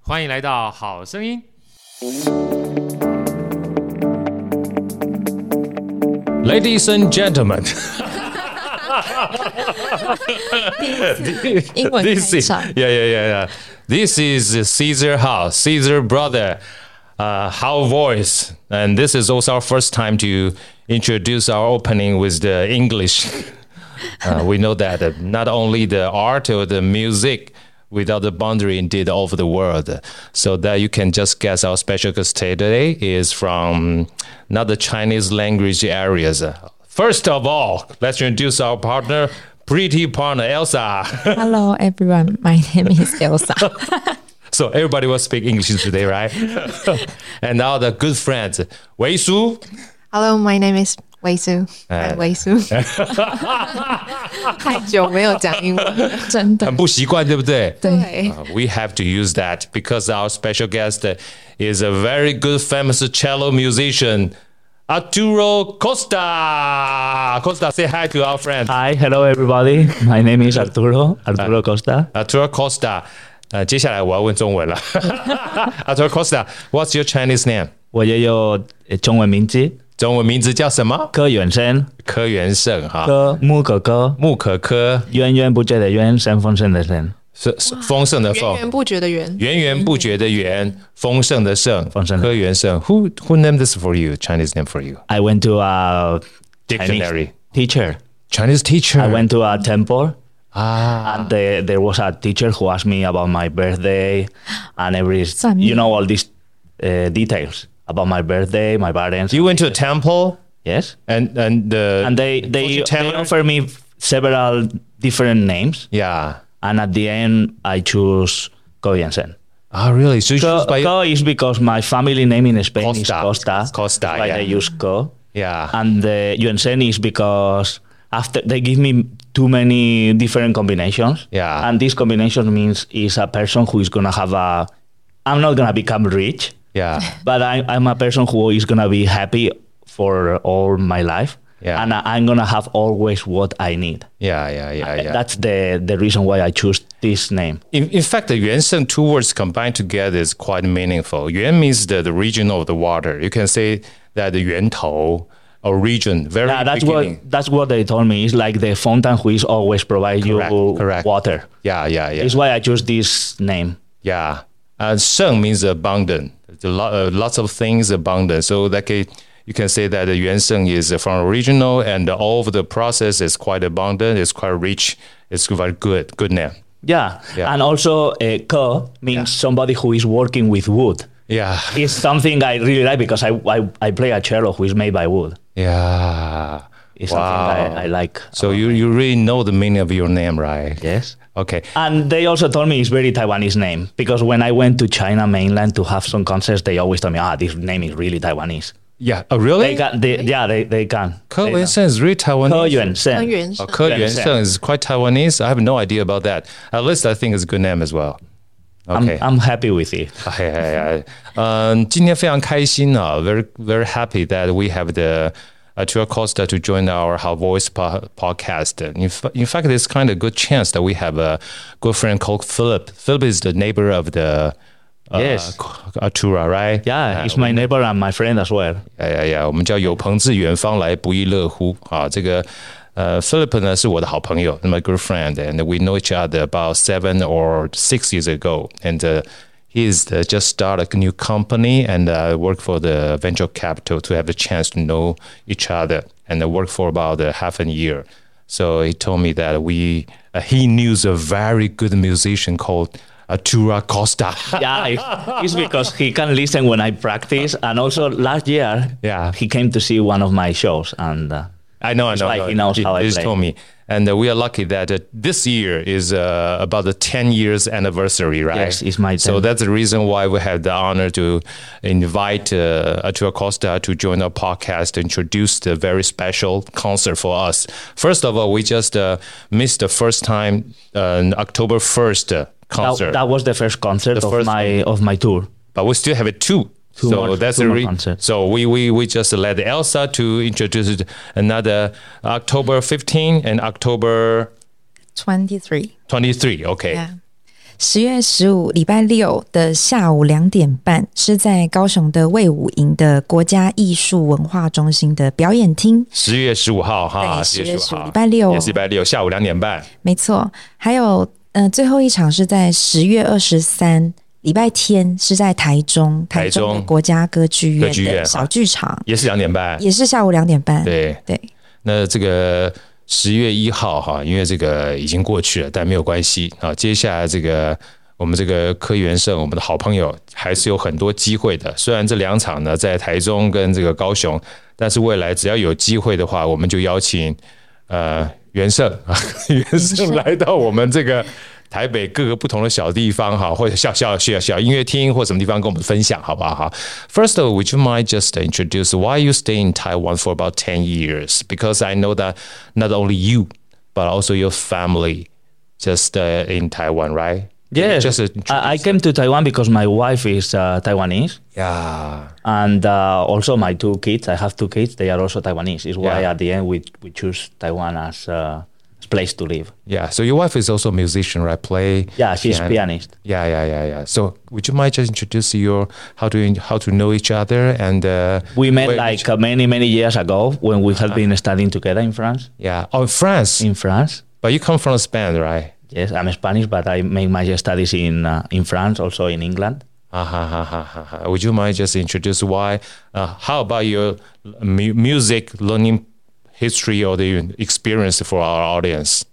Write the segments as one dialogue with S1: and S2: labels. S1: 欢迎来到《好声音》。
S2: Ladies and gentlemen，
S3: 英文开
S2: this is
S3: 场
S2: yeah yeah yeah yeah. This is Caesar How Caesar brother, uh, How voice, and this is also our first time to introduce our opening with the English. Uh, we know that uh, not only the art or the music without the boundary indeed over the world. So that you can just guess our special guest today is from not the Chinese language areas. First of all, let's introduce our partner, pretty partner Elsa.
S3: Hello everyone, my name is Elsa.
S2: so everybody will speak English today, right? and now the good friends, Wei Su. Uh,
S4: Hello, my name is 维苏，
S2: 哎
S4: 哎，维苏， 太久没有讲英文了，
S3: 真的，
S2: 很不习惯，对不对？
S3: 对，
S2: Uh, we have to use that because our special guest uh, is a very good famous cello musician, Arturo Costa. Costa, say hi to our friend.
S5: Hi, hello everybody. My name is Arturo, Arturo Costa.
S2: Arturo Costa. 呃，接下来我要问中文了。Arturo Costa, what's your Chinese name?
S5: 我也有呃中文名字
S2: 中文名字叫什么？柯元胜哈。
S5: 柯远生，柯木哥哥，源源不绝的源，生丰盛的生，
S2: 木可科是是丰盛的丰。
S4: 源源不绝的源。
S2: 源源不绝的源，丰盛的盛，
S5: 丰盛的
S2: 科源盛。Who who named this for you? Chinese name for you?
S5: I went to a
S2: Dictionary.
S5: Chinese teacher.
S2: Chinese teacher.
S5: I went to a temple.
S2: ah,
S5: And there, there was a teacher who asked me about my birthday and every,
S3: Some-
S5: you know, all these uh, details about my birthday, my parents.
S2: you went to a temple
S5: yes.
S2: and and the
S5: And they, they,
S2: fortune
S5: they
S2: teller?
S5: offered me several different names.
S2: yeah.
S5: and at the end I choose Ko Jensen.
S2: Ah, really? So you
S5: Ko,
S2: choose by-
S5: Ko is because my family name in Spain is
S2: Costa.
S5: Costa.
S2: Costa,
S5: why
S2: yeah.
S5: they use Ko.
S2: yeah.
S5: And the Jensen is because after they give me too many different combinations.
S2: Yeah.
S5: And this combination means is a person who is gonna have a. I'm not gonna become rich,
S2: yeah.
S5: but I, I'm a person who is gonna be happy for all my life.
S2: Yeah.
S5: And I, I'm gonna have always what I need.
S2: Yeah, yeah, yeah, yeah.
S5: That's the the reason why I choose this name.
S2: in, in fact, the Yuan Sheng two words combined together is quite meaningful. Yuan means the, the region of the water. You can say that the Yuan Tou or region, very
S5: Yeah, that's
S2: beginning.
S5: what that's what they told me. It's like the fountain who is always provide you
S2: Correct, correct.
S5: water.
S2: Yeah, yeah, yeah.
S5: It's why I chose this name.
S2: Yeah. And sheng means abundant. There's a lot, uh, lots of things abundant. So that can, you can say that the yuan sheng is from original and all of the process is quite abundant. It's quite rich. It's quite good. Good name.
S5: Yeah,
S2: Yeah.
S5: and also uh, ko means somebody who is working with wood.
S2: Yeah.
S5: It's something I really like because I I, I play a cello who is made by wood.
S2: Yeah.
S5: It's something
S2: Wow.
S5: I, I like.
S2: So you, you really know the meaning of your name, right?
S5: Yes.
S2: Okay.
S5: And they also told me it's very Taiwanese name because when I went to China mainland to have some concerts, they always told me, ah, this name is really Taiwanese.
S2: Yeah. Oh,
S5: They
S2: really?
S5: can. They, yeah, they they can.
S2: 柯文胜 is really Taiwanese.
S5: 柯远胜
S4: 跟原声
S2: Oh, 柯元胜is quite Taiwanese. I have no idea about that. At least I think it's a good name as well.
S5: I'm
S2: Okay.
S5: I'm happy with it.
S2: 哎哎哎，嗯，Um, 今天非常开心啊，very very happy that we have the Atua Costa to join our How Voice po- podcast. In, fa- in fact, it's kind of good chance that we have a good friend called Philip. Philip is the neighbor of the uh,
S5: Yes.
S2: Atura, right?
S5: Yeah,
S2: Uh,
S5: it's my neighbor and my friend as well.
S2: 哎呀呀，我们叫有朋自远方来，不亦乐乎啊！这个呃，Philip 呢是我的好朋友，my good friend，and we know each other about seven or six years ago，and、he is the- uh, just started a new company and I work for the venture capital to have a chance to know each other and I work for about uh, half a year. So he told me that we uh, he knows a very good musician called Atura Costa.
S5: Yeah, it- it's because he can listen when I practice, and also last year,
S2: Yeah.
S5: he came to see one of my shows, and uh,
S2: I know, I know.
S5: why
S2: I know.
S5: he knows how I
S2: just
S5: play.
S2: told me, and uh, we are lucky that uh, this year is uh, about the 10 years anniversary, right?
S5: Yes, it's my
S2: So
S5: 10.
S2: that's the reason why we have the honor to invite uh, Atua Costa to join our podcast to introduce the very special concert for us. First of all, we just uh, missed the first time uh, October 1st uh, concert,
S5: that, that was the first concert
S2: The
S5: of
S2: first
S5: my of my tour.
S2: but we still have it two.
S5: Two
S2: so
S5: more-
S2: that's
S5: two
S2: the
S5: more
S2: re-
S5: concerts.
S2: so we, we we just let Elsa to introduce another October 15 and October
S3: Twenty three。
S2: 23. Okay.
S3: 十月十五礼拜六的下午两点半，是在高雄的魏武营的国家艺术文化中心的表演厅。
S2: 十月十五号哈，
S3: 对10月15
S2: 号
S3: 礼拜六
S2: 也是礼拜六下午两点半。
S3: 没错，还有呃，最后一场是在十月二十三礼拜天，是在台中
S2: 台中
S3: 的国家歌剧
S2: 歌剧
S3: 院
S2: 院
S3: 的小剧场，
S2: 也是两点半。
S3: 也是下午两点半。
S2: 对，
S3: 对，
S2: 那这个十月一号哈，因为这个已经过去了，但没有关系啊。接下来这个我们这个柯元胜，我们的好朋友，还是有很多机会的。虽然这两场呢在台中跟这个高雄，但是未来只要有机会的话，我们就邀请呃元 胜啊元胜来到我们这个。台北各个不同的小地方哈，或者小小小小音乐厅或什么地方跟我们分享，好不好？哈，First of all, would you mind just introduce why you stay in Taiwan for about ten years? Because I know that not only you but also your family just uh, in Taiwan, right?
S5: Yes,
S2: just uh,
S5: I, I came to Taiwan because my wife is uh, Taiwanese,
S2: yeah.
S5: and uh, also my two kids. I have two kids; they are also Taiwanese. Is why
S2: Yeah.
S5: at the end we we choose Taiwan as uh, as place to live.
S2: Yeah, so your wife is also a musician, right? Play.
S5: Yeah, she's
S2: piano.
S5: pianist.
S2: Yeah, yeah, yeah, yeah. So, would you mind just introduce your how to how to know each other and uh,
S5: We met
S2: where-
S5: like uh, many many years ago when we
S2: Uh-huh.
S5: had been studying together in France.
S2: yeah, oh France,
S5: In France.
S2: but you come from Spain, right?
S5: Yes, I'm Spanish, but I make my studies in uh, in France, also in England.
S2: Ah, ha, ha, ha, ha, ha. Would you mind just introduce why? Uh, how about your mu- music learning history or the experience for our audience?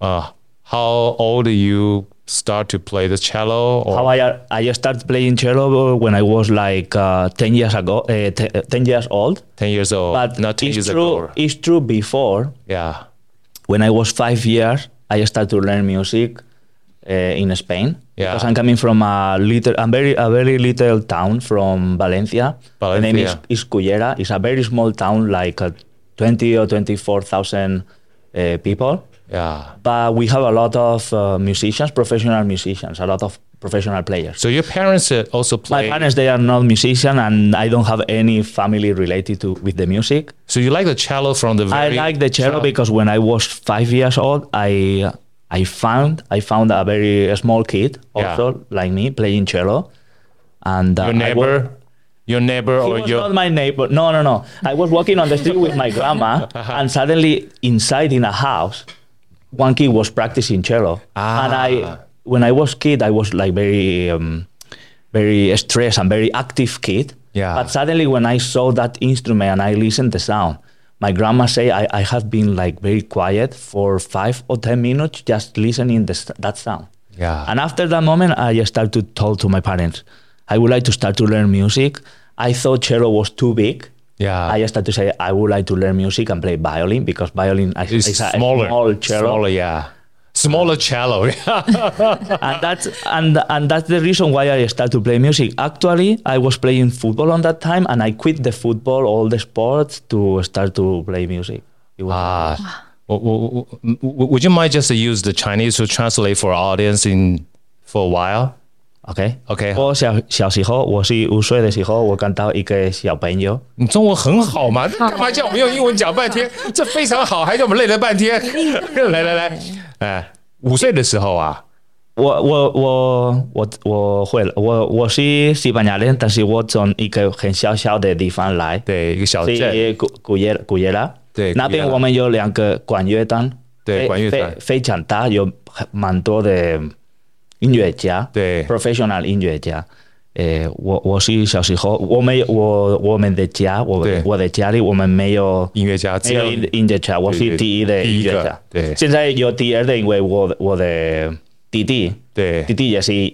S2: Uh, how old you start to play the cello? Or,
S5: How I I started playing cello when I was like uh, ten years ago, uh, te- uh, ten years old.
S2: ten years old,
S5: But
S2: Oh, not ten
S5: it's
S2: years
S5: true.
S2: ago.
S5: It's true. Before
S2: Yeah,
S5: when I was five years, I started to learn music uh, in Spain
S2: Yeah.
S5: because I'm coming from a little, a very, a very little town from Valencia. The name is,
S2: Valencia.
S5: is Cullera. It's a very small town, like uh, twenty or twenty-four thousand uh, people.
S2: yeah.
S5: But we have a lot of uh, musicians, professional musicians, a lot of professional players.
S2: So your parents uh, also
S5: My
S2: play.
S5: parents, they are not musicians, and I don't have any family related to with the music.
S2: so you like the cello from the
S5: I
S2: very.
S5: like the cello because when I was five years old, I I found I found a very small kid
S2: Yeah.
S5: also like me playing cello, and uh,
S2: your
S5: I wa-
S2: neighbor, your neighbor
S5: he
S2: or
S5: was
S2: your
S5: not my neighbor. No, no, no. I was walking on the street with my grandma, and suddenly inside in a house, one kid was practicing cello, and I, when I was kid, I was like very, um, very stressed and very active kid.
S2: Yeah.
S5: But suddenly, when I saw that instrument and I listened the sound, my grandma say I, I have been like very quiet for five or ten minutes just listening this, that sound.
S2: Yeah.
S5: And after that moment, I started to tell to my parents, I would like to start to learn music. I thought cello was too big.
S2: Yeah.
S5: I started to say I would like to learn music and play violin because violin is,
S2: is
S5: is a
S2: smaller,
S5: small cello.
S2: smaller, yeah. smaller cello.
S5: and that's and and that's the reason why I started to play music. Actually, I was playing football on that time, and I quit the football, all the sports, to start to play music. It was
S2: Ah, w- w- w- w- would you mind just use the Chinese to translate for our audience in for a while?
S5: OK
S2: OK，
S5: 我小小时候，我是五岁的时候，我看到一个小朋友，
S2: 你中文很好嘛？干嘛叫我们用英文讲半天？这非常好，还叫我们累了半 天。来来来，哎，五岁的时候啊，
S5: 我我我我我会了，我我是西班牙人，但是我从一个很小小的地方来，
S2: 对，一个小镇，
S5: 是古古耶古耶拉。
S2: 哦对
S5: 那
S2: 古耶
S5: 边
S2: 拉
S5: 我们有两个管乐团，
S2: 对
S5: 非
S2: 管乐团
S5: 非非常大，有很蛮多的音乐家，
S2: 对
S5: ，professional 音乐家。呃，我我是小时候，我没有我我们的家，我
S2: 对
S5: 我的家里我们没有
S2: 音乐家，
S5: 没
S2: 只有
S5: 有音音乐家，我
S2: 对
S5: 是
S2: 对
S5: 第一的
S2: 第一
S5: 音乐
S2: 个
S5: 家。
S2: 对
S5: 现在有第二的，因为我的我的弟弟，
S2: 对
S5: 弟弟也是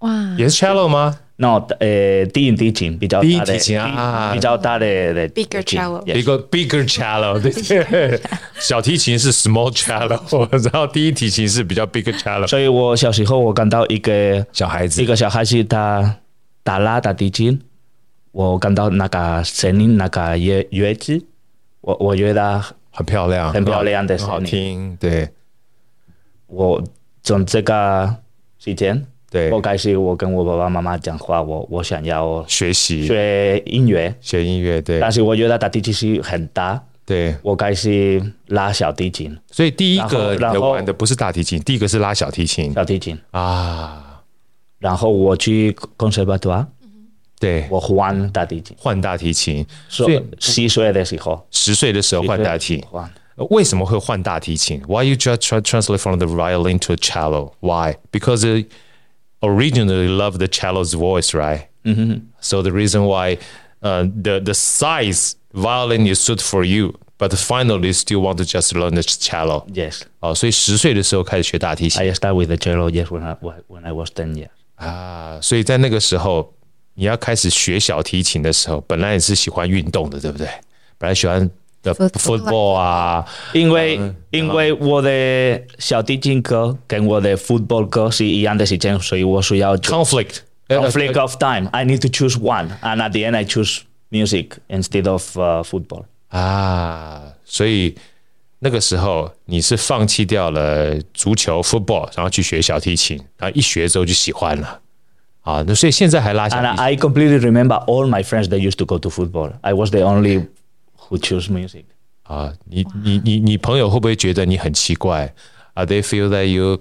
S3: 哇，
S2: 也是 cello 吗？
S5: no 呃低音提琴比较
S2: 低音
S5: 大的
S2: 提琴啊
S5: 比较大的的
S4: Bigger
S5: 提琴
S4: cello
S5: yes
S2: 一个 bigger cello，对对，小提琴是 small cello，然 后第一提琴是比较 bigger cello，
S5: 所以我小时候我看到一个
S2: 小孩子
S5: 一个小孩子他打拉打提琴，我看到那个声音那个乐乐器，我我觉得
S2: 很漂亮，
S5: 很漂亮的
S2: 很好
S5: 声音
S2: 听，对
S5: 我从这个时间，
S2: 对
S5: 我开始我跟我爸爸妈妈讲话，我我想要
S2: 学习
S5: 学音乐，
S2: 学音乐，对
S5: 但是我觉得打提琴是很大，
S2: 对，
S5: 我开始拉小提琴，
S2: 所以第一个
S5: 然后然
S2: 你
S5: 后
S2: 玩的不是大提琴，第一个是拉小提琴
S5: 小提琴，
S2: 啊，
S5: 然后我去 conservatoire，
S2: 对，
S5: 我换大提琴，
S2: 换大提琴，
S5: 所以七岁的时候
S2: 十岁的时候换大提琴，
S5: 换。
S2: 呃 Uh, 为什么会换大提琴？Why you just try translate from the violin to cello? Why? Because uh, originally love the cello's voice, right? Mm-hmm. So the reason why uh, the the size violin is suit for you, but finally still want to just learn the cello.
S5: Yes,
S2: 哦，所以十岁的时候开始学大提琴
S5: I start with the cello. Yes, when I when I was ten years.
S2: 啊，所以在那个时候你要开始学小提琴的时候，本来也是喜欢运动的，对不对？本来喜欢的
S3: Football
S2: football 啊，
S5: 因为、因为我的小提琴歌跟我的 football 歌是一样的时间，所以我需要
S2: conflict，呃
S5: conflict of time. I need to choose one, and at the end I choose music instead of、uh, football.
S2: 啊，所以那个时候你是放弃掉了足球 football，然后去学小提琴，然后一学之后就喜欢了啊。那所以现在还拉小
S5: And
S2: 提琴
S5: I completely remember all my friends that used to go to football. I was the only who choose music.
S2: 啊？你你你你朋友会不会觉得你很奇怪啊？They feel that you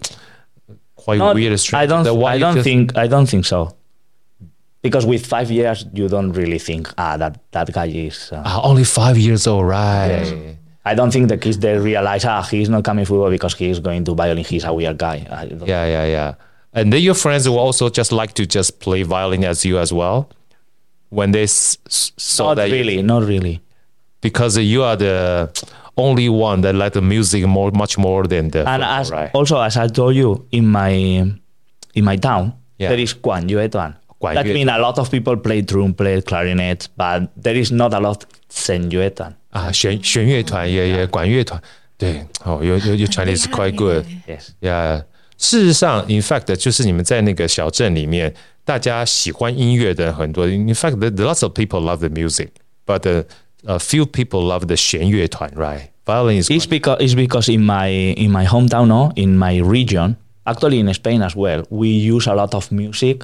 S2: quite
S5: Not-
S2: weird.
S5: I
S2: strange,
S5: don't.
S2: that why
S5: I
S2: you
S5: don't
S2: just-
S5: think. I don't think so. Because with five years, you don't really think, ah, that that guy is. Uh,
S2: 啊，only five years old, right?
S5: I don't think the kids they realize ah he's not coming football because he's going to violin. He's a weird guy. I don't-
S2: Yeah, yeah, yeah. And then your friends will also just like to just play violin as you as well. When they s- s- saw
S5: not
S2: that you-
S5: really, not really.
S2: because you are the only one that like the music more much more than the
S5: And
S2: football,
S5: as
S2: right?
S5: also as I told you in my in my town
S2: Yeah.
S5: there is Guanyuetuan.
S2: Guanyue
S5: That means a lot of people play drum, play clarinet, but there is not a lot Senyuetuan.
S2: 啊，弦弦乐团也也管乐团，对哦，有有有 Chinese quite good，
S5: Yes.
S2: yeah。事实上，in fact，就是你们在那个小镇里面，大家喜欢音乐的很多。In fact, the, the lots of people love the music, but uh, a few people love the 弦乐团，right? Violin is
S5: It's because it's because in my in my hometown, no, in my region, actually in Spain as well, we use a lot of music.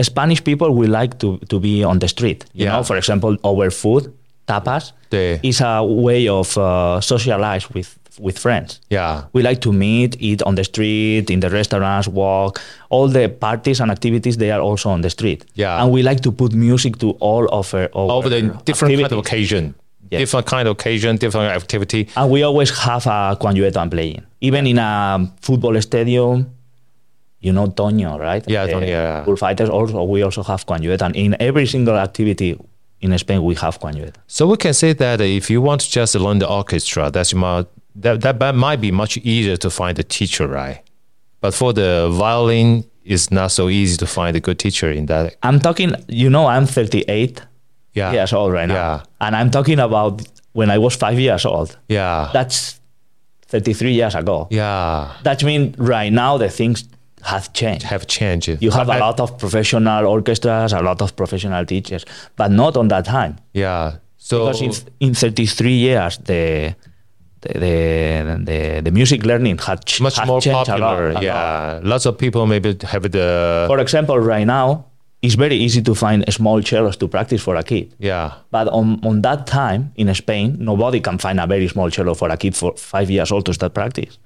S5: Spanish people we like to, to be on the street. You
S2: Yeah.
S5: know, for example, our food tapas
S2: Yeah.
S5: is a way of uh, socialize with with friends.
S2: yeah,
S5: We like to meet, eat on the street, in the restaurants, walk. All the parties and activities they are also on the street.
S2: Yeah.
S5: and we like to put music to all of our, our
S2: over the different kind of
S5: activities.
S2: occasion,
S5: Yeah.
S2: different kind of occasion, different activity.
S5: And Ah, we always have a Quan Yuetan playing, even in a football stadium. You know Tonyo, right?
S2: Yeah, Tonyo,
S5: Uh,
S2: yeah.
S5: Bullfighters. Also, we also have Quan Yuetan. In every single activity in Spain, we have Quan Yuetan.
S2: So we can say that if you want to just learn the orchestra, that's more, that, that that might be much easier to find a teacher, right? But for the violin, it's not so easy to find a good teacher in that.
S5: I'm talking. You know, I'm 38
S2: Yeah.
S5: years old right now,
S2: Yeah.
S5: and I'm talking about when I was five years old.
S2: Yeah.
S5: That's 33 years ago.
S2: Yeah,
S5: That means right now the things have changed.
S2: have changed.
S5: You have
S2: But
S5: a
S2: I-
S5: lot of professional orchestras, a lot of professional teachers, but not on that time.
S2: Yeah. So
S5: Because in, in 33 years, the the, the, the, the music learning had ch-
S2: much
S5: has
S2: more
S5: changed a lot,
S2: popular.
S5: a lot.
S2: yeah. Lots of people maybe have the
S5: For example, right now, it's very easy to find small cellos to practice for a kid.
S2: yeah.
S5: But on, on that time in Spain, nobody can find a very small cello for a kid for five years old to start practice.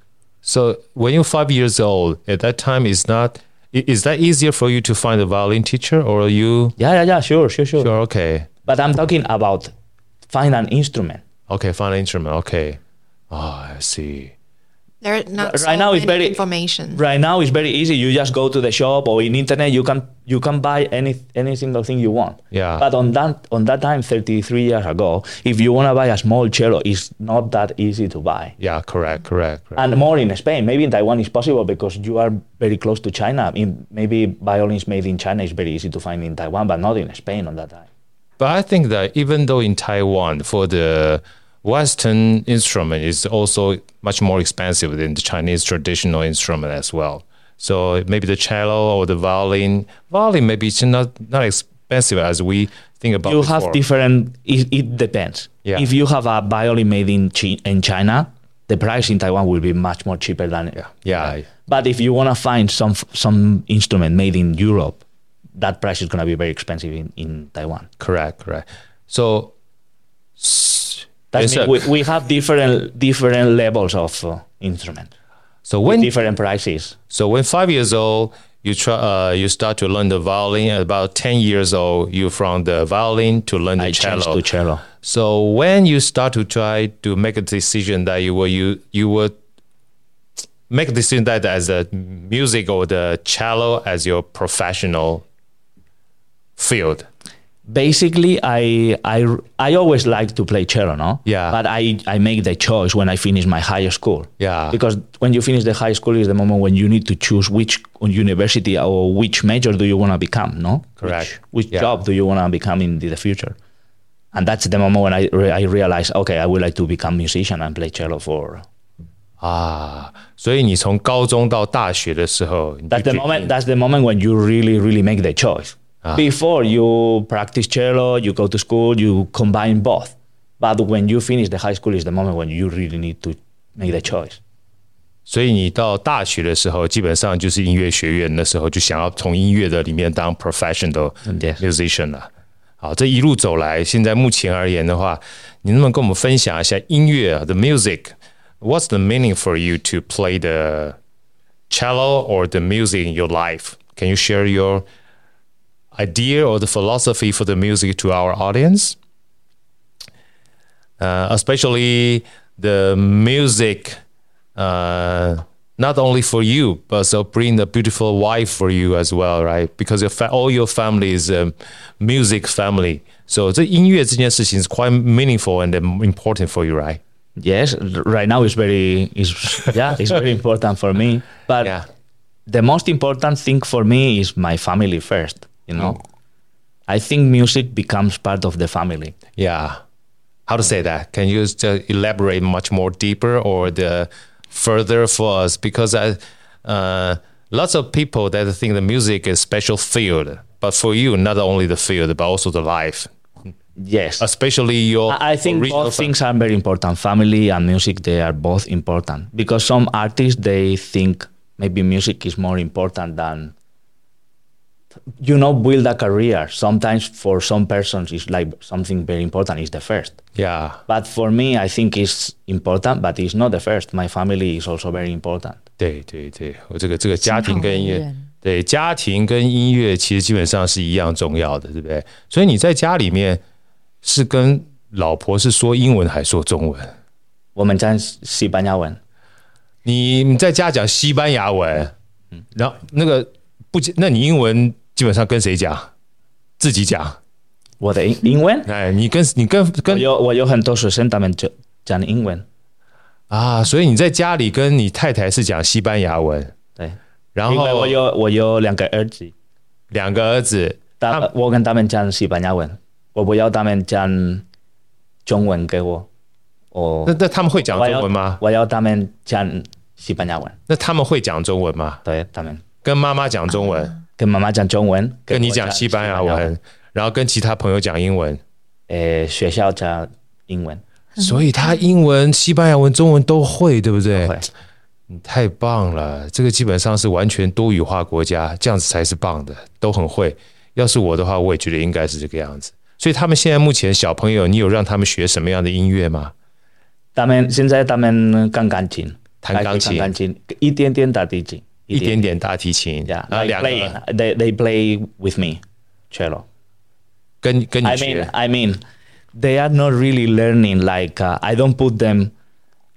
S2: So when you're five years old, at that time is not i- is that easier for you to find a violin teacher or you
S5: Yeah, yeah, yeah, sure, sure, sure.
S2: Sure, okay.
S5: But I'm talking about find an instrument.
S2: Okay, find an instrument. Okay. Oh, I see.
S4: There are not
S5: Right
S4: so
S5: now it's
S4: many
S5: very-
S4: information.
S5: Right now, it's very easy. You just go to the shop or in internet. You can you can buy any any single thing you want.
S2: Yeah.
S5: But on that on that time, 33 years ago, if you want to buy a small cello, it's not that easy to buy.
S2: Yeah, correct, correct, correct.
S5: and more in Spain. Maybe in Taiwan is possible because you are very close to China. In, maybe violins made in China is very easy to find in Taiwan, but not in Spain on that time.
S2: But I think that even though in Taiwan, for the Western instrument is also much more expensive than the Chinese traditional instrument as well. So maybe the cello or the violin, violin maybe it's not not expensive as we think about.
S5: you
S2: before.
S5: have different. It, it depends.
S2: Yeah.
S5: If you have a violin made in chi- in China, the price in Taiwan will be much more cheaper than.
S2: Yeah,
S5: But if you want to find some f- some instrument made in Europe, that price is going to be very expensive in, in Taiwan.
S2: correct, correct. So s-
S5: That
S2: it's
S5: means
S2: a-
S5: we, we have different different levels of uh, instrument,
S2: so when
S5: different prices.
S2: so when five years old you try uh, you start to learn the violin. At about ten years old, you from the violin to learn the
S5: I
S2: cello.
S5: changed to cello.
S2: So when you start to try to make a decision that you will you you will make a decision that as a music or the cello as your professional field.
S5: basically I I I always like to play cello, no?
S2: Yeah.
S5: But I I make the choice when I finish my high school.
S2: Yeah.
S5: Because when you finish the high school is the moment when you need to choose which university or which major do you want to become, no?
S2: Correct.
S5: Which, which
S2: Yeah.
S5: job do you want to become in the, the future? And that's the moment when I re- I realize okay, I would like to become musician and play cello for Ah.
S2: 啊，所以你从高中到大学的时候，你就
S5: That's the
S2: 决
S5: moment. That's the moment when you really, really make the choice. Before you practice cello, you go to school, you combine both. But when you finish the high school, is the moment when you really need to make the choice.
S2: 所以你到大学的时候，基本上就是音乐学院的时候，就想要从音乐的里面当 professional
S5: yes.
S2: musician 了。好，这一路走来，现在目前而言的话，你能不能跟我们分享一下音乐啊 the music？What's the meaning for you to play the cello or the music in your life? Can you share your idea or the philosophy for the music to our audience? uh, especially the music, uh, not only for you, but so bring a beautiful wife for you as well, right? Because your fa- all your family is a music family. So 这音乐这件事情 is quite meaningful and um, important for you, right?
S5: Yes, r- right now is very is yeah, it's very important for me. But
S2: Yeah.
S5: the most important thing for me is my family first. You know, I think music becomes part of the family.
S2: Yeah. How to say that? Can you just elaborate much more deeper or the further for us? Because I, uh, lots of people that think the music is special field, but for you, not only the field, but also the life,
S5: Yes,
S2: especially your.
S5: I I think
S2: original
S5: both
S2: fa-
S5: things are very important. Family and music, they are both important because some artists they think maybe music is more important than you know build a career. Sometimes for some persons, it's like something very important is the first.
S2: Yeah,
S5: But for me, I think it's important, but it's not the first. My family is also very important.
S2: 对对对，我这个这个家庭跟音
S3: 情感
S2: 乐
S3: 人，
S2: 对家庭跟音乐其实基本上是一样重要的，对不对？所以你在家里面是跟老婆是说英文还是说中文？
S5: 我们讲西班牙文。
S2: 你你在家讲西班牙文，然后那个不，那你英文基本上跟谁讲？自己讲。
S5: 我的英-英文？
S2: 哎，你跟你跟跟
S5: 我有-我有很多学生，他们就讲英文。对。
S2: 啊，所以你在家里跟你太太是讲西班牙文，然后
S5: 因为我有-我有两个儿子。
S2: 两个儿子，
S5: 他
S2: 他
S5: 我跟他们讲西班牙文，我不要他们讲中文给我，哦
S2: 那，那他们会讲
S5: 我
S2: 中
S5: 要
S2: 文吗？
S5: 我要他们讲西班牙文，
S2: 那他们会讲中文吗？
S5: 对他们
S2: 跟妈妈讲中文，
S5: 跟妈妈讲中文，
S2: 跟你
S5: 我
S2: 讲西班牙文，然后跟其他朋友讲英文。
S5: 呃，学校讲英文，
S2: 所以他英文、西班牙文、中文都会，对不对？
S5: 会
S2: 你太棒了，这个基本上是完全多语化国家，这样子才是棒的，都很会。要是我的话，我也觉得应该是这个样子。所以他们现在目前小朋友，你有让他们学什么样的音乐吗？
S5: 他们现在他们钢钢琴，
S2: 弹钢琴
S5: 还是钢琴一点点打地琴，
S2: 一点点大提琴，
S5: Yeah,
S2: 然后
S5: like
S2: 两
S5: playing.
S2: 个
S5: They they play with me, cello.
S2: 跟跟你
S5: I
S2: 学
S5: mean, I mean, they are not really learning. Like uh, I don't put them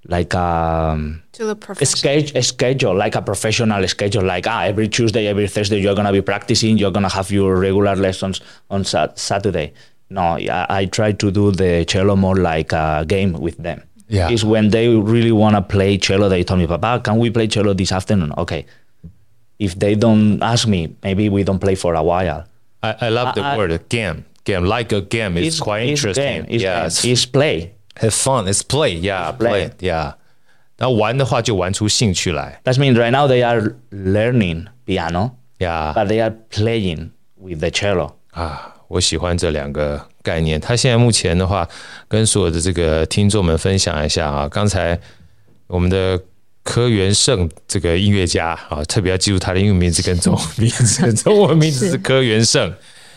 S5: like um,
S4: To the
S5: a
S4: professional.
S5: schedule, a schedule, like a professional schedule. Like ah, every Tuesday, every Thursday, you're gonna be practicing. You're gonna have your regular lessons on sat- Saturday. No, I, I try to do the cello more like a game with them.
S2: Yeah.
S5: It's when they really wanna play cello. They tell me, Papa, can we play cello this afternoon? Okay. If they don't ask me, maybe we don't play for a while.
S2: I I love the
S5: I- I-
S2: word game game like a game. It's, quite interesting.
S5: Game, it's,
S2: yeah,
S5: game,
S2: it's,
S5: it's play.
S2: it's fun. It's play. Yeah, play.
S5: play.
S2: Yeah. 那玩的话就玩出兴趣来。
S5: That means right now they are learning piano,
S2: Yeah，
S5: but they are playing with the cello.
S2: 啊，我喜欢这两个概念。他现在目前的话，跟所有的这个听众们分享一下啊，刚才我们的。柯元胜这个音乐家啊，特别要记住他的英文名字跟中文名字。中文名字是柯元 胜，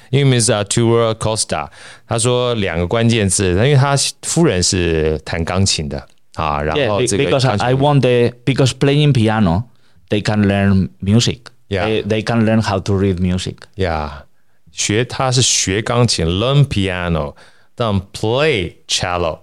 S2: 英文名字啊 t u r a Costa。他说两个关键字，那因为他夫人是弹钢琴的啊，然
S5: Yeah,
S2: 后
S5: be-
S2: 这个
S5: because
S2: 钢琴
S5: I want the because playing piano, they can learn music.
S2: Yeah.
S5: They, they can learn how to read music.
S2: 呀学他是学钢琴 learn piano，但 play cello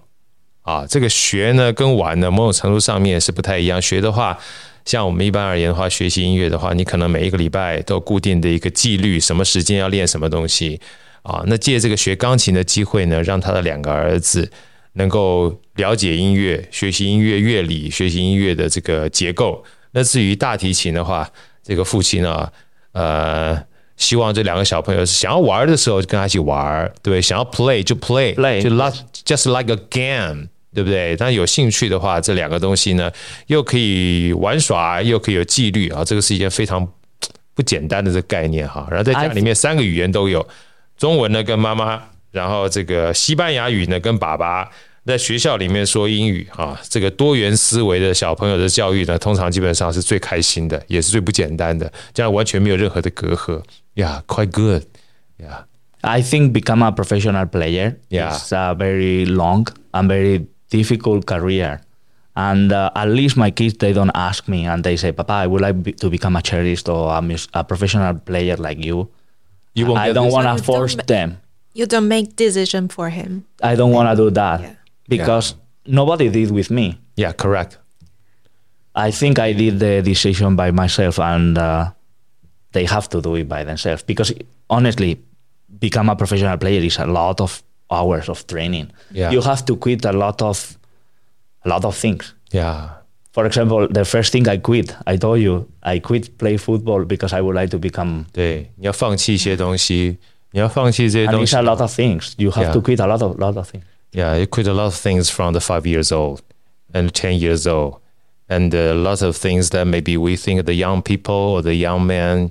S2: 啊，这个学呢跟玩呢某种程度上面是不太一样。学的话，像我们一般而言的话，学习音乐的话，你可能每一个礼拜都有固定的一个纪律，什么时间要练什么东西啊。那借这个学钢琴的机会呢，让他的两个儿子能够了解音乐、学习音乐乐理、学习音乐的这个结构。那至于大提琴的话，这个父亲呢，呃，希望这两个小朋友是想要玩的时候就跟他一起玩，对，想要 play 就 play，,
S5: Play
S2: 就 like just like a game，对不对？但有兴趣的话，这两个东西呢，又可以玩耍，又可以有纪律啊，这个是一件非常不简单的这个概念哈。然后在家
S5: I-
S2: 里面三个语言都有，中文呢跟妈妈，然后这个西班牙语呢跟爸爸。在学校里面说英语啊，这个多元思维的小朋友的教育呢，通常基本上是最开心的，也是最不简单的，这样完全没有任何的隔阂。Yeah，quite good。Yeah，
S5: I think become a professional player
S2: Yeah.
S5: is a very long and very difficult career. And uh, at least my kids, they don't ask me and they say, Papa, I would like be- to become a cellist or a, mus- a professional player like you.
S2: you won't
S5: I
S2: get
S5: don't
S2: this-
S5: want
S4: So
S5: to
S4: you
S5: force
S4: don't-
S5: them.
S4: You don't make decision for him.
S5: I don't want to do that
S4: Yeah.
S5: because nobody did with me.
S2: Yeah, correct.
S5: I think I did the decision by myself, and uh, they have to do it by themselves because honestly, become a professional player is a lot of hours of training.
S2: Yeah.
S5: You have to quit a lot of a lot of things.
S2: Yeah.
S5: For example, the first thing I quit, I told you, I quit play football because I would like to become.
S2: 对，你要放弃一些东西，你要放弃这些
S5: And
S2: 东
S5: it's
S2: 西。
S5: a lot of things. You have
S2: Yeah.
S5: to quit a lot of lot of things.
S2: Yeah, you quit a lot of things from the five years old and ten years old, and a lot of things that maybe we think the young people or the young men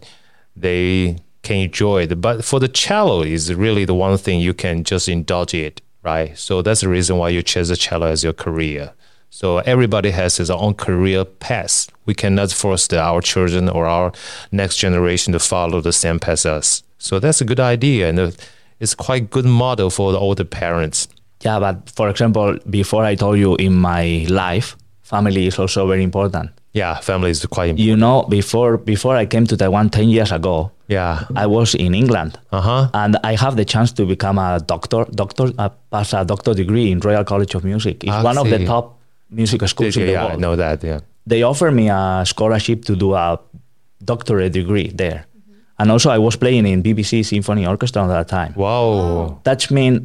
S2: they can enjoy. it. But for the cello is really the one thing you can just indulge it, right? So that's the reason why you chose the cello as your career. So everybody has his own career path. We cannot force the, our children or our next generation to follow the same path as us. So that's a good idea, and uh, it's quite good model for the older parents.
S5: Yeah, but for example, before I told you, in my life, family is also very important.
S2: Yeah, family is quite important.
S5: You know, before before I came to Taiwan ten years ago,
S2: Yeah.
S5: I was in England,
S2: Uh huh.
S5: and I have the chance to become a doctor, doctor, uh, pass a doctor degree in Royal College of Music. It's
S2: I
S5: one of the
S2: see.
S5: top music schools in the
S2: yeah, I
S5: world.
S2: know that. Yeah.
S5: They offered me a scholarship to do a doctorate degree there, and also I was playing in BBC Symphony Orchestra at that time.
S2: Wow.
S5: That means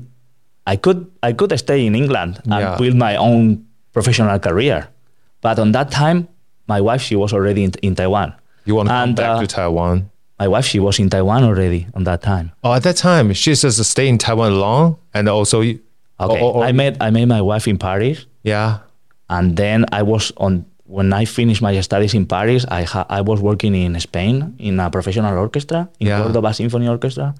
S5: I could I could stay in England and
S2: Yeah.
S5: build my own professional career, but on that time, my wife she was already in, in Taiwan.
S2: You want to come
S5: And,
S2: back
S5: uh,
S2: to Taiwan?
S5: My wife she was in Taiwan already on that time.
S2: Oh, at that time, she says stay in Taiwan long and also.
S5: Okay.
S2: or- or-
S5: I met I met my wife in Paris.
S2: Yeah.
S5: and then I was on when I finished my studies in Paris. I ha- I was working in Spain in a professional orchestra in
S2: Yeah.
S5: Cordoba Symphony Orchestra,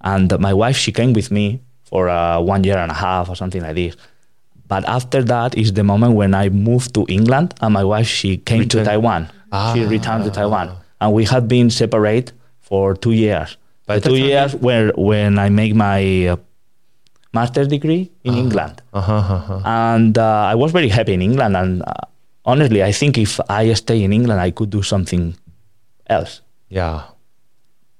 S5: and my wife she came with me for uh, one year and a half or something like this. But after that is the moment when I moved to England, and my wife she came to Taiwan. She returned to Taiwan, and we had been separate for two years.
S2: By
S5: the
S2: the
S5: two
S2: time
S5: years where when I make my uh, master's degree in England and uh, I was very happy in England. And uh, honestly, I think if I stay in England, I could do something else.
S2: Yeah.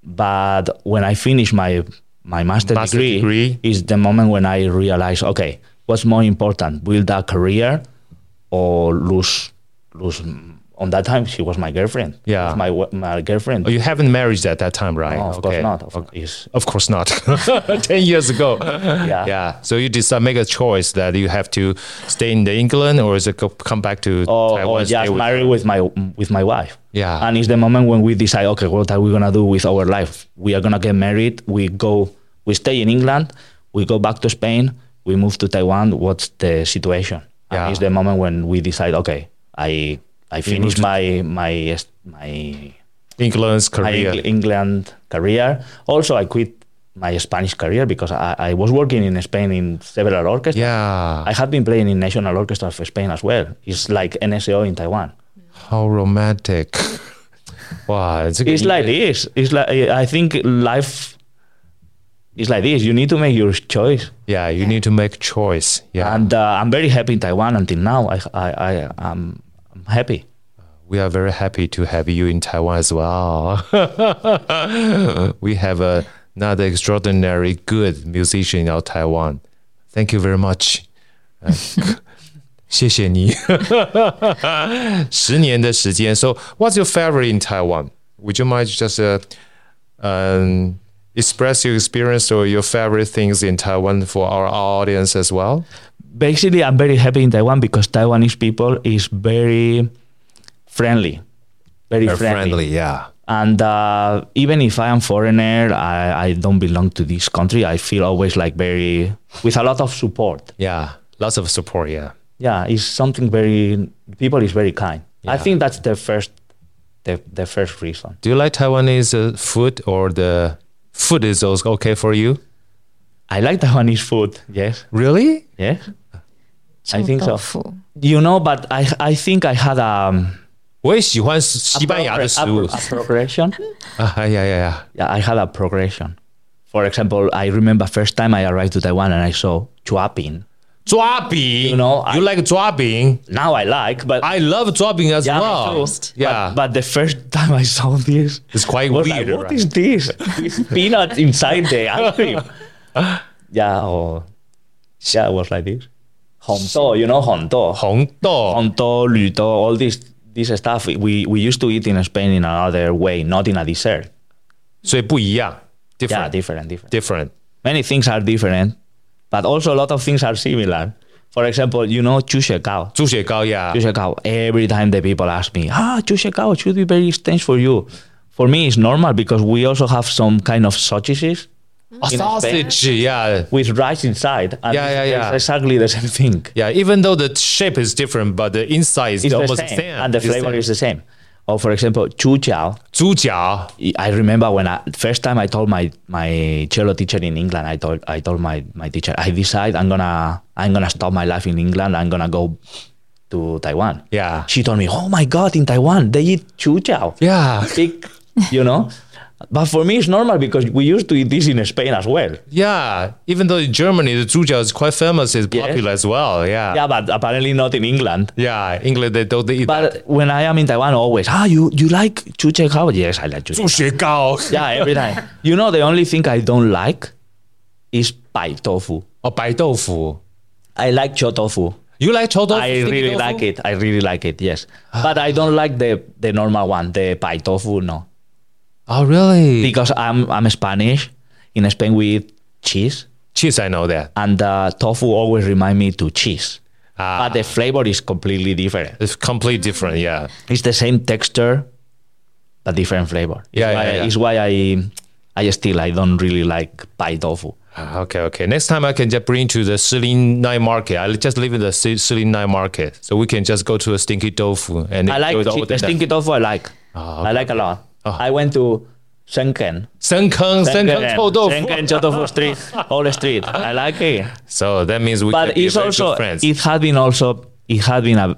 S5: But when I finish my my master,
S2: Master
S5: degree,
S2: degree.
S5: is the moment when I realize, okay, what's more important, build a career or lose lose. On that time, she was my girlfriend. She
S2: Yeah.
S5: was my wa- my girlfriend.
S2: Oh, you haven't married at that time, right?
S5: No, Oh, of course not. Of, is-
S2: Of course not. Ten years ago.
S5: Yeah.
S2: Yeah. So you decide make a choice that you have to stay in the England or is it go, come back to
S5: or,
S2: Taiwan?
S5: or
S2: stay
S5: just
S2: with-
S5: marry with Oh, my with my wife.
S2: Yeah.
S5: And it's the moment when we decide, okay, what are we gonna do with our life? We are gonna get married. We go, we stay in England. We go back to Spain. We move to Taiwan. What's the situation?
S2: Yeah.
S5: And it's the moment when we decide, okay, I I finish my my my
S2: England's
S5: my
S2: career.
S5: Eng- England career. Also, I quit my Spanish career because I, I was working in Spain in several orchestras.
S2: Yeah.
S5: I have been playing in National Orchestra of Spain as well. It's like NSO in Taiwan.
S2: How romantic. wow. It's,
S5: It's like this. It's like eh, I think life is like this. You need to make your choice.
S2: Yeah, you need to make choice. Yeah.
S5: And uh, I'm very happy in Taiwan until now. I I, I am I'm happy.
S2: we are very happy to have you in Taiwan as well. we have a, another extraordinary good musician in Taiwan. Thank you very much. Uh, 谢谢你。十年的时间。So, what's your favorite in Taiwan? Would you mind just uh, um, express your experience or your favorite things in Taiwan for our audience as well?
S5: Basically, I'm very happy in Taiwan because Taiwanese people is very friendly, very friendly.
S2: yeah.
S5: And uh, even if I am foreigner, I, I don't belong to this country. I feel always like very with a lot of support.
S2: Yeah, lots of support, yeah.
S5: yeah it's something very people is very kind i think that's the first the, the first reason
S2: Do you like Taiwanese uh, food or the food is also okay for you?
S5: i like taiwanese food yes
S2: Really?
S5: yes
S3: 臭
S5: think so.
S3: 豆腐，
S5: you know but i i think i had um
S2: 我也喜欢西-西
S5: a, progr-
S2: 班牙的食物。Ah,
S5: a, pro- a progression
S2: 啊，哎呀，呀，呀。
S5: yeah i had a progression for example i remember first time i arrived to taiwan and i saw chuapin
S2: 抓饼。
S5: You know, I-
S2: You like 抓饼?
S5: now i like but
S2: I love 抓饼 as
S5: Yeah, me
S2: well.
S5: too.
S2: Yeah.
S5: But, but the first time I saw this,
S2: It's quite
S5: I was
S2: weird,
S5: Like, what
S2: right?
S5: is this? This peanut inside the ice cream. yeah, or yeah, it was like this. Honto, you know honto,
S2: 红豆。
S5: honto, luto, all this this stuff. We we used to eat in Spain in another way, not in a dessert.
S2: 所以不一样。
S5: Yeah,
S2: Different.
S5: different, different.
S2: Different.
S5: Many things are different, but also a lot of things are similar. For example, you know chushekao.
S2: 猪血糕，yeah.
S5: Chushekao. Every time the people ask me, ah, Chushekao should be very strange for you. For me, it's normal because we also have some kind of sausages
S2: Oh, sausage, yeah.
S5: with rice inside. And
S2: Yeah, yeah,
S5: it's
S2: yeah.
S5: exactly the same thing.
S2: Yeah, even though the shape is different, but the inside is
S5: It's the
S2: almost
S5: same, And the
S2: It's
S5: flavor
S2: same.
S5: is the same. Or for example, chujiao.
S2: 猪脚。
S5: I remember when I first time I told my my cello teacher in England, I told I told my, my teacher, I decide I'm gonna I'm gonna stop my life in England, I'm gonna go to Taiwan.
S2: Yeah.
S5: She told me, Oh my god, in Taiwan they eat chujiao.
S2: Yeah.
S5: big, you know. But for me, it's normal because we used to eat this in Spain as well.
S2: Yeah, even though in Germany the zhujiao is quite famous, it's
S5: Yes.
S2: popular as well. Yeah.
S5: Yeah, but apparently not in England.
S2: Yeah, England they don't eat that.
S5: But when I am in Taiwan, always, ah, you, you like chuchekao? Yes, I like chuchekao.
S2: 猪血糕
S5: Yeah, every time. You know, the only thing I don't like is pai tofu.
S2: or 白豆腐.
S5: I like cho tofu.
S2: You like 臭豆腐?
S5: I really like it. I really like it, yes. But I don't like the, the normal one, the pai tofu, no.
S2: Oh, really?
S5: Because I'm, I'm Spanish. In Spain, we eat cheese.
S2: Cheese, I know that.
S5: and uh, tofu always remind me to cheese.
S2: Ah.
S5: Uh, But the flavor is completely different.
S2: It's completely different. Yeah.
S5: It's the same texture, but different flavor.
S2: Yeah, yeah,
S5: it's why,
S2: yeah.
S5: It's why I, I still I don't really like pie tofu.
S2: Ah, Okay, okay. Next time I can just bring to the Shilin Night Market. I just live in the Shi- Shilin Night Market, so we can just go to a stinky tofu Ah, and
S5: I like
S2: enjoy
S5: chi- the stinky tofu. I like. I like a lot.
S2: Ah.
S5: I went to Senken.
S2: Senkeng, Senkeng Chou Doufu.
S5: Senken Chotofu Street, whole street. I like it.
S2: So that means we
S5: But
S2: can be
S5: it's
S2: very
S5: also
S2: good friends.
S5: it had been also it had been a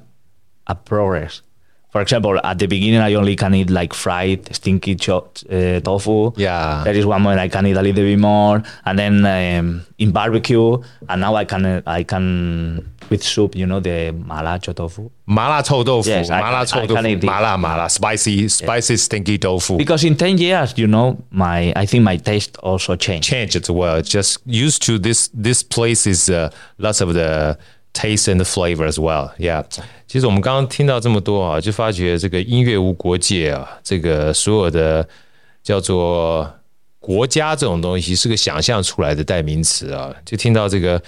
S5: a progress. For example, at the beginning, I only can eat like fried stinky chopped uh, tofu.
S2: Yeah.
S5: There is one moment I can eat a little bit more, and then um, in barbecue, and now I can uh, I can with soup, you know, the malacho tofu.
S2: Mala Chou Doufu,
S5: Yes, I-
S2: Mala Chou
S5: I can
S2: Doufu,
S5: eat it.
S2: Mala Mala, spicy, spicy stinky tofu.
S5: Because in ten years, you know, my I think my taste also changed.
S2: Change as well. Just used to this this place is uh, lots of the taste and the flavor as well. Yeah，其实我们刚刚听到这么多啊，就发觉这个音乐无国界啊，这个所有的叫做国家这种东西是个想象出来的代名词啊，就听到这个。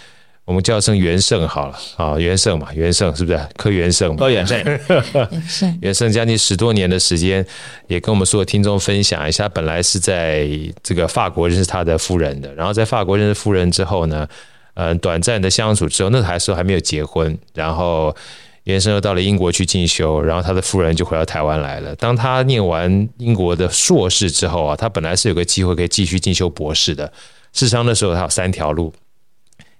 S2: 我们叫声元盛好了啊，元盛嘛，元盛是不是柯元盛嘛？
S5: Go ahead, say.
S3: 是
S2: 袁胜将近十多年的时间，也跟我们所有听众分享一下，本来是在这个法国认识他的夫人的，然后在法国认识夫人之后呢，嗯、短暂的相处之后，那还时候还没有结婚，然后袁胜又到了英国去进修，然后他的夫人就回到台湾来了。当他念完英国的硕士之后啊，他本来是有个机会可以继续进修博士的，事实上那时候他有三条路。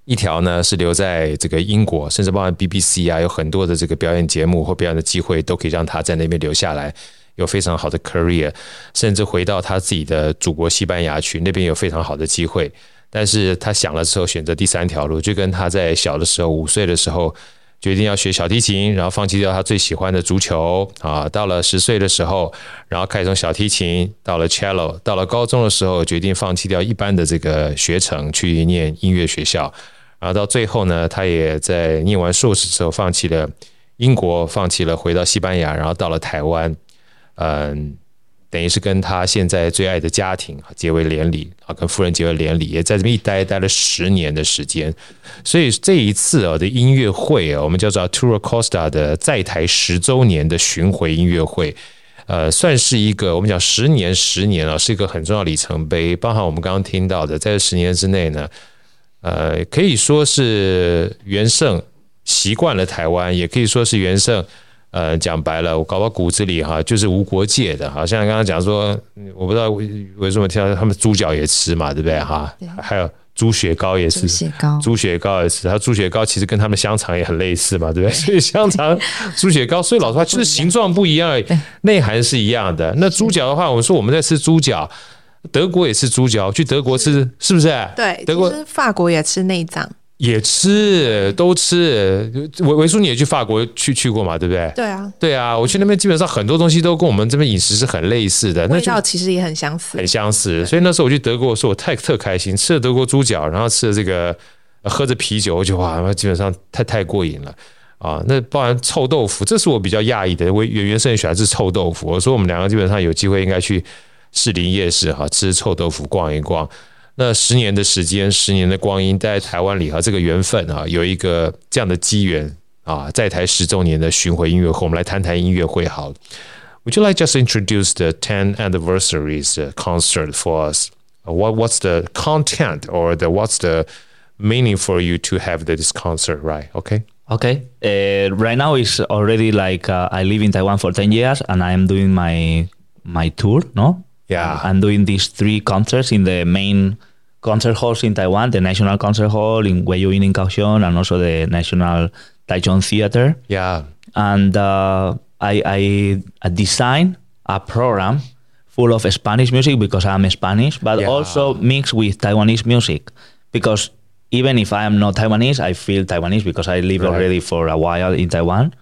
S2: 一条呢是留在这个英国，甚至包含 BBC 啊，有很多的这个表演节目或表演的机会，都可以让他在那边留下来，有非常好的 career，甚至回到他自己的祖国西班牙去，那边有非常好的机会。但是他想了之后，选择第三条路，就跟他在小的时候五岁的时候决定要学小提琴，然后放弃掉他最喜欢的足球啊。到了十岁的时候，然后开始从小提琴到了 cello，到了高中的时候，决定放弃掉一般的这个学程，去念音乐学校。然后到最后呢，他也在念完硕士之后，放弃了英国，放弃了回到西班牙，然后到了台湾，嗯，等于是跟他现在最爱的家庭结为连理啊，跟夫人结为连理，也在这边一待待了十年的时间。所以这一次啊的音乐会啊，我们叫做 Tour Costa 的在台十周年的巡回音乐会。呃，算是一个我们讲十年，十年啊，是一个很重要的里程碑。包含我们刚刚听到的，在这十年之内呢，呃，可以说是袁胜习惯了台湾，也可以说是袁胜。呃，讲白了，我搞到骨子里哈，就是无国界的哈。像刚刚讲说，嗯我不知道为为什么听到他们猪脚也吃嘛，对不对哈？还有猪血糕也
S3: 猪
S2: 是，
S3: 血糕，
S2: 猪血糕也是，它猪血糕其实跟他们香肠也很类似嘛，对不对？所以香肠、 猪血糕，所以老实话，就是形状不一样而已，内涵是一样的。那猪脚的话，我们说我们在吃猪脚，德国也吃猪脚，去德国吃是不是？
S4: 对，
S2: 德国
S4: 其实法国也吃内脏。
S2: 也吃，都吃。维维叔你也去法国去去过嘛，对不对？
S4: 对啊，
S2: 对啊，我去那边基本上很多东西都跟我们这边饮食是很类似的，那
S4: 味
S2: 就
S4: 道其实也很相似
S2: 很。相似。所以那时候我去德国的时候，我太特开心，吃了德国猪脚，然后吃了这个，呃喝着啤酒，我就哇，那基本上太太过瘾了。啊，那包含臭豆腐，这是我比较讶异的。我原原生喜欢吃臭豆腐，我说我们两个基本上有机会应该去士林夜市哈、吃臭豆腐逛一逛。那十年的时间，十年的光阴，在台湾里哈、这个缘分啊，有一个这样的机缘啊，在台十周年的巡回音乐会，我们来谈谈音乐会好了。Would you like just introduce the 10th anniversary's uh, concert for us? Uh, What what's the content or the what's the meaning for you to have this concert, right? Okay.
S5: Okay. Uh, right now it's already like uh, I live in Taiwan for ten years, and I'm doing my my tour. No. Uh,
S2: Yeah.
S5: I'm doing these three concerts in the main concert halls in Taiwan: the National Concert Hall in Guiyuan in Kaohsiung, and also the National Taichung Theater.
S2: Yeah.
S5: And uh, I I uh, design a program full of Spanish music because I'm Spanish, but
S2: Yeah.
S5: also mixed with Taiwanese music because even if I am not Taiwanese, I feel Taiwanese because I live
S2: Right.
S5: already for a while in Taiwan.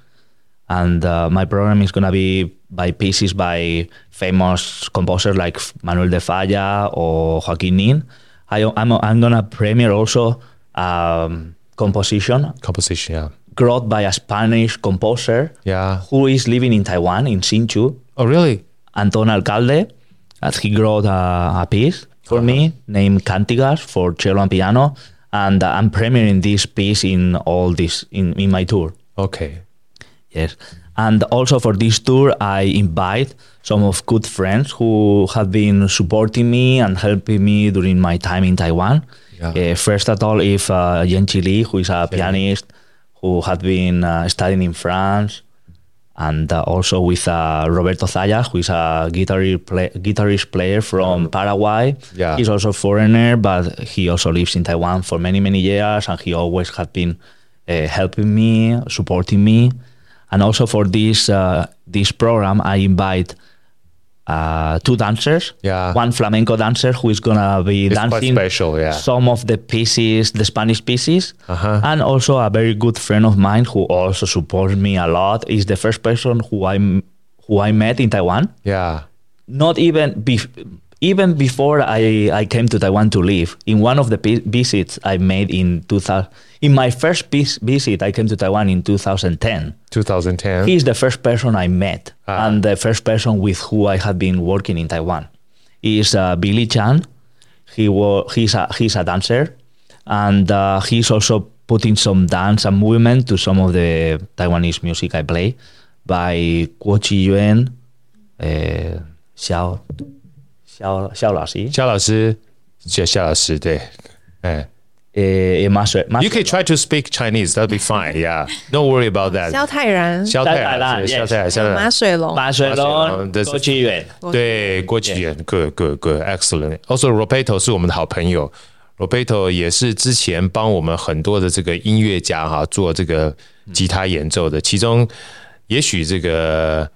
S5: And uh, my program is gonna be by pieces by famous composers like Manuel de Falla or Joaquin Nin. I, I'm, I'm gonna premiere also um, composition
S2: Composition. Yeah.
S5: brought by a Spanish composer
S2: Yeah.
S5: who is living in Taiwan, in Sinchu,
S2: Oh, really?
S5: Anton Alcalde. And he wrote a, a piece for me named Cantigas for cello and piano. And I'm premiering this piece in all this in, in my tour.
S2: Okay.
S5: Yes. And also for this tour, I invite some of good friends who have been supporting me and helping me during my time in Taiwan.
S2: Yeah.
S5: Uh, first at all, if uh, Yen Chili, who is a pianist who had been uh, studying in France, and uh, also with uh, Roberto Zaya, who is a guitar play- guitarist player from Paraguay.
S2: Um, Yeah.
S5: He's also a foreigner, but he also lives in Taiwan for many, many years, and he always had been uh, helping me, supporting me. And also for this uh, this program, I invite uh, two dancers.
S2: Yeah.
S5: One flamenco dancer who is gonna be
S2: It's quite
S5: dancing
S2: special, yeah. Uh-huh.
S5: some of the pieces, the Spanish pieces, and also a very good friend of mine who also supports me a lot. Is the first person who I who I met in Taiwan.
S2: Yeah.
S5: Not even bef- even before I, I came to Taiwan to live. In one of the pi- visits I made in 2000, in my first vis- visit I came to Taiwan in 2010.
S2: 2010.
S5: He is the first person I met
S2: Ah.
S5: and the first person with who I had been working in Taiwan. Is uh, Billy Chan. He was he's a he's a dancer, and uh, he's also putting some dance and movement to some of the Taiwanese music I play by Guo Chiyuan, uh, Xiao Xiao Xiao Laoxi,
S2: 肖老师，谢谢夏老师，对，哎
S5: uh, Master
S2: You
S5: Master
S2: can try to speak Chinese. That'll be fine. Yeah, don't worry about that.
S4: 萧泰然、
S5: 萧泰兰，yes.
S4: 马水龙，
S5: Master
S2: Master
S5: Long
S2: Long, Oh, this-
S5: Guo Chiyuan.
S2: 对，郭启源 good good good excellent. Also Roberto 是我们的好朋友。Roberto 也是之前帮我们很多的这个音乐家哈、做这个吉他演奏的，其中也许这个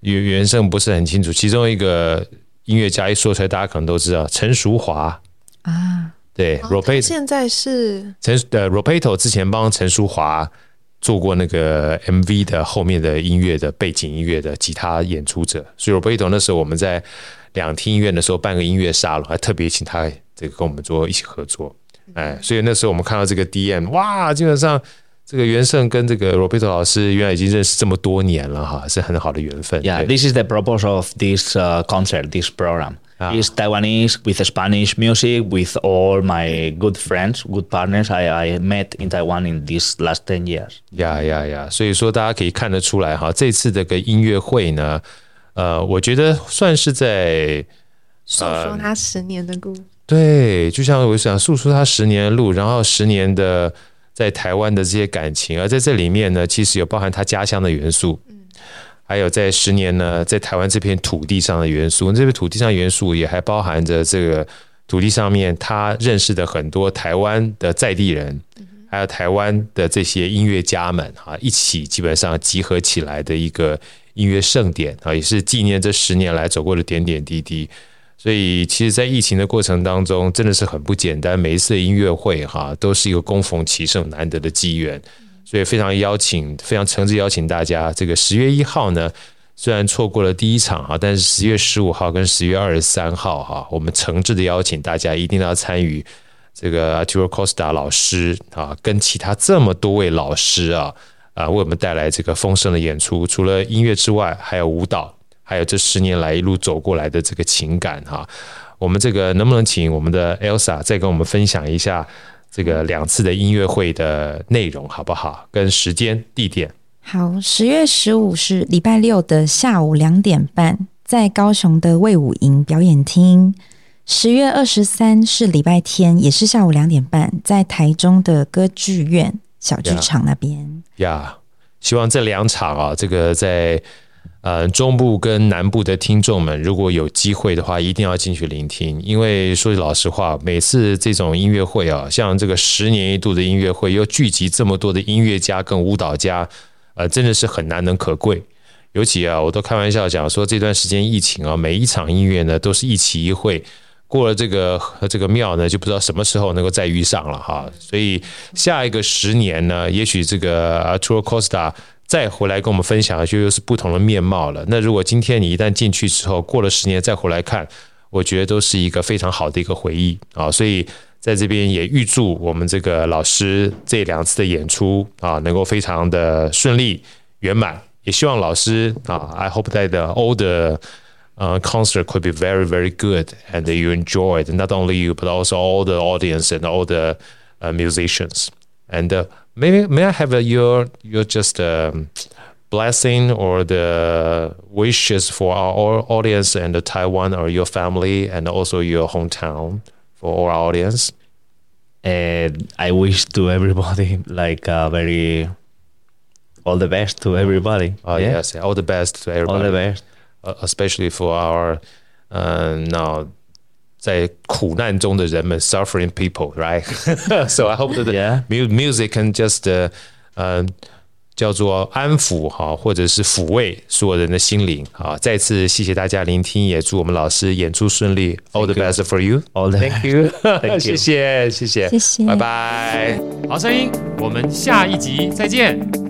S2: 原原声不是很清楚，其中一个音乐家一说出来，大家可能都知道陈淑华啊，对、Roberto
S4: 现在是
S2: 陈呃 Roberto 之前帮陈淑华做过那个 MV 的后面的音乐的背景音乐的吉他演出者，所以 Roberto 那时候我们在两厅院的时候办个音乐沙龙，还特别请他这个跟我们做一起合作，哎，所以那时候我们看到这个 DM，哇，基本上这个袁胜跟这个 Roberto 老师原来已经认识这么多年了哈，是很好的缘分。
S5: Yeah,
S2: 对
S5: this is the purpose of this uh, concert, this program.
S2: Ah.
S5: It's Taiwanese with Spanish music, with all my good friends, good partners I, I met in Taiwan in these last 10 years.
S2: 呀呀呀！所以说大家可以看得出来哈，这次这个音乐会呢，呃，我觉得算是在
S4: 诉说他十年的故事，
S2: 对，就像我想诉说他十年的路，然后十年的在台湾的这些感情，而在这里面呢，其实有包含他家乡的元素，还有在十年呢，在台湾这片土地上的元素，这片土地上的元素也还包含着这个土地上面他认识的很多台湾的在地人，还有台湾的这些音乐家们啊，一起基本上集合起来的一个音乐盛典啊，也是纪念这十年来走过的点点滴滴。所以，其实，在疫情的过程当中，真的是很不简单。每一次的音乐会哈，都是一个供逢其盛、难得的机缘。所以非常邀请，非常诚挚邀请大家，这个十月一号呢，虽然错过了第一场哈，但是十月十五号跟十月二十三号哈，我们诚挚的邀请大家一定要参与这个 Arturo Costa 老师啊，跟其他这么多位老师啊啊，为我们带来这个丰盛的演出。除了音乐之外，还有舞蹈，还有这十年来一路走过来的这个情感哈、我们这个能不能请我们的 Elsa 再跟我们分享一下这个两次的音乐会的内容好不好？跟时间、地点。
S3: 好，十月十五是礼拜六的下午两点半，在高雄的魏武营表演厅。十月二十三是礼拜天，也是下午两点半，在台中的歌剧院小剧场那边。
S2: 呀希望这两场啊，这个在呃中部跟南部的听众们，如果有机会的话，一定要进去聆听。因为说句老实话，每次这种音乐会啊，像这个十年一度的音乐会，又聚集这么多的音乐家跟舞蹈家，呃，真的是很难能可贵。尤其啊，我都开玩笑讲说，这段时间疫情啊，每一场音乐呢都是一期一会，过了这个呃这个庙呢，就不知道什么时候能够再遇上了哈。所以下一个十年呢，也许这个呃 Arturo Costa 再回来跟我们分享，就又是不同的面貌了。那如果今天你一旦进去之后，过了十年再回来看，我觉得都是一个非常好的一个回忆啊。所以在这边也预祝我们这个老师这两次的演出啊，能够非常的顺利圆满。也希望老师啊，I hope that the, all the uh, concert could be very very good and that you enjoyed not only you but also all the audience and all the uh, musicians. And uh, maybe may I have uh, your your just um, blessing or the wishes for our au- audience and the Taiwan or your family and also your hometown for our audience.
S5: And Uh, I wish to everybody like a very all the best to everybody.
S2: Oh yes, all the best to
S5: all
S2: everybody.
S5: the best.
S2: uh, especially for our uh, now 在苦难中的人们 suffering people right so I hope that the
S5: Yeah.
S2: mu- music can just 呃、呃叫做安抚哈，或者是抚慰所有人的心灵啊！再次谢谢大家聆听，也祝我们老师演出顺利。All the best for you.
S5: All the
S2: Thank you.
S5: you.
S2: 谢谢，谢谢，
S3: 谢谢
S2: 拜拜。
S1: 好声音，我们下一集再见。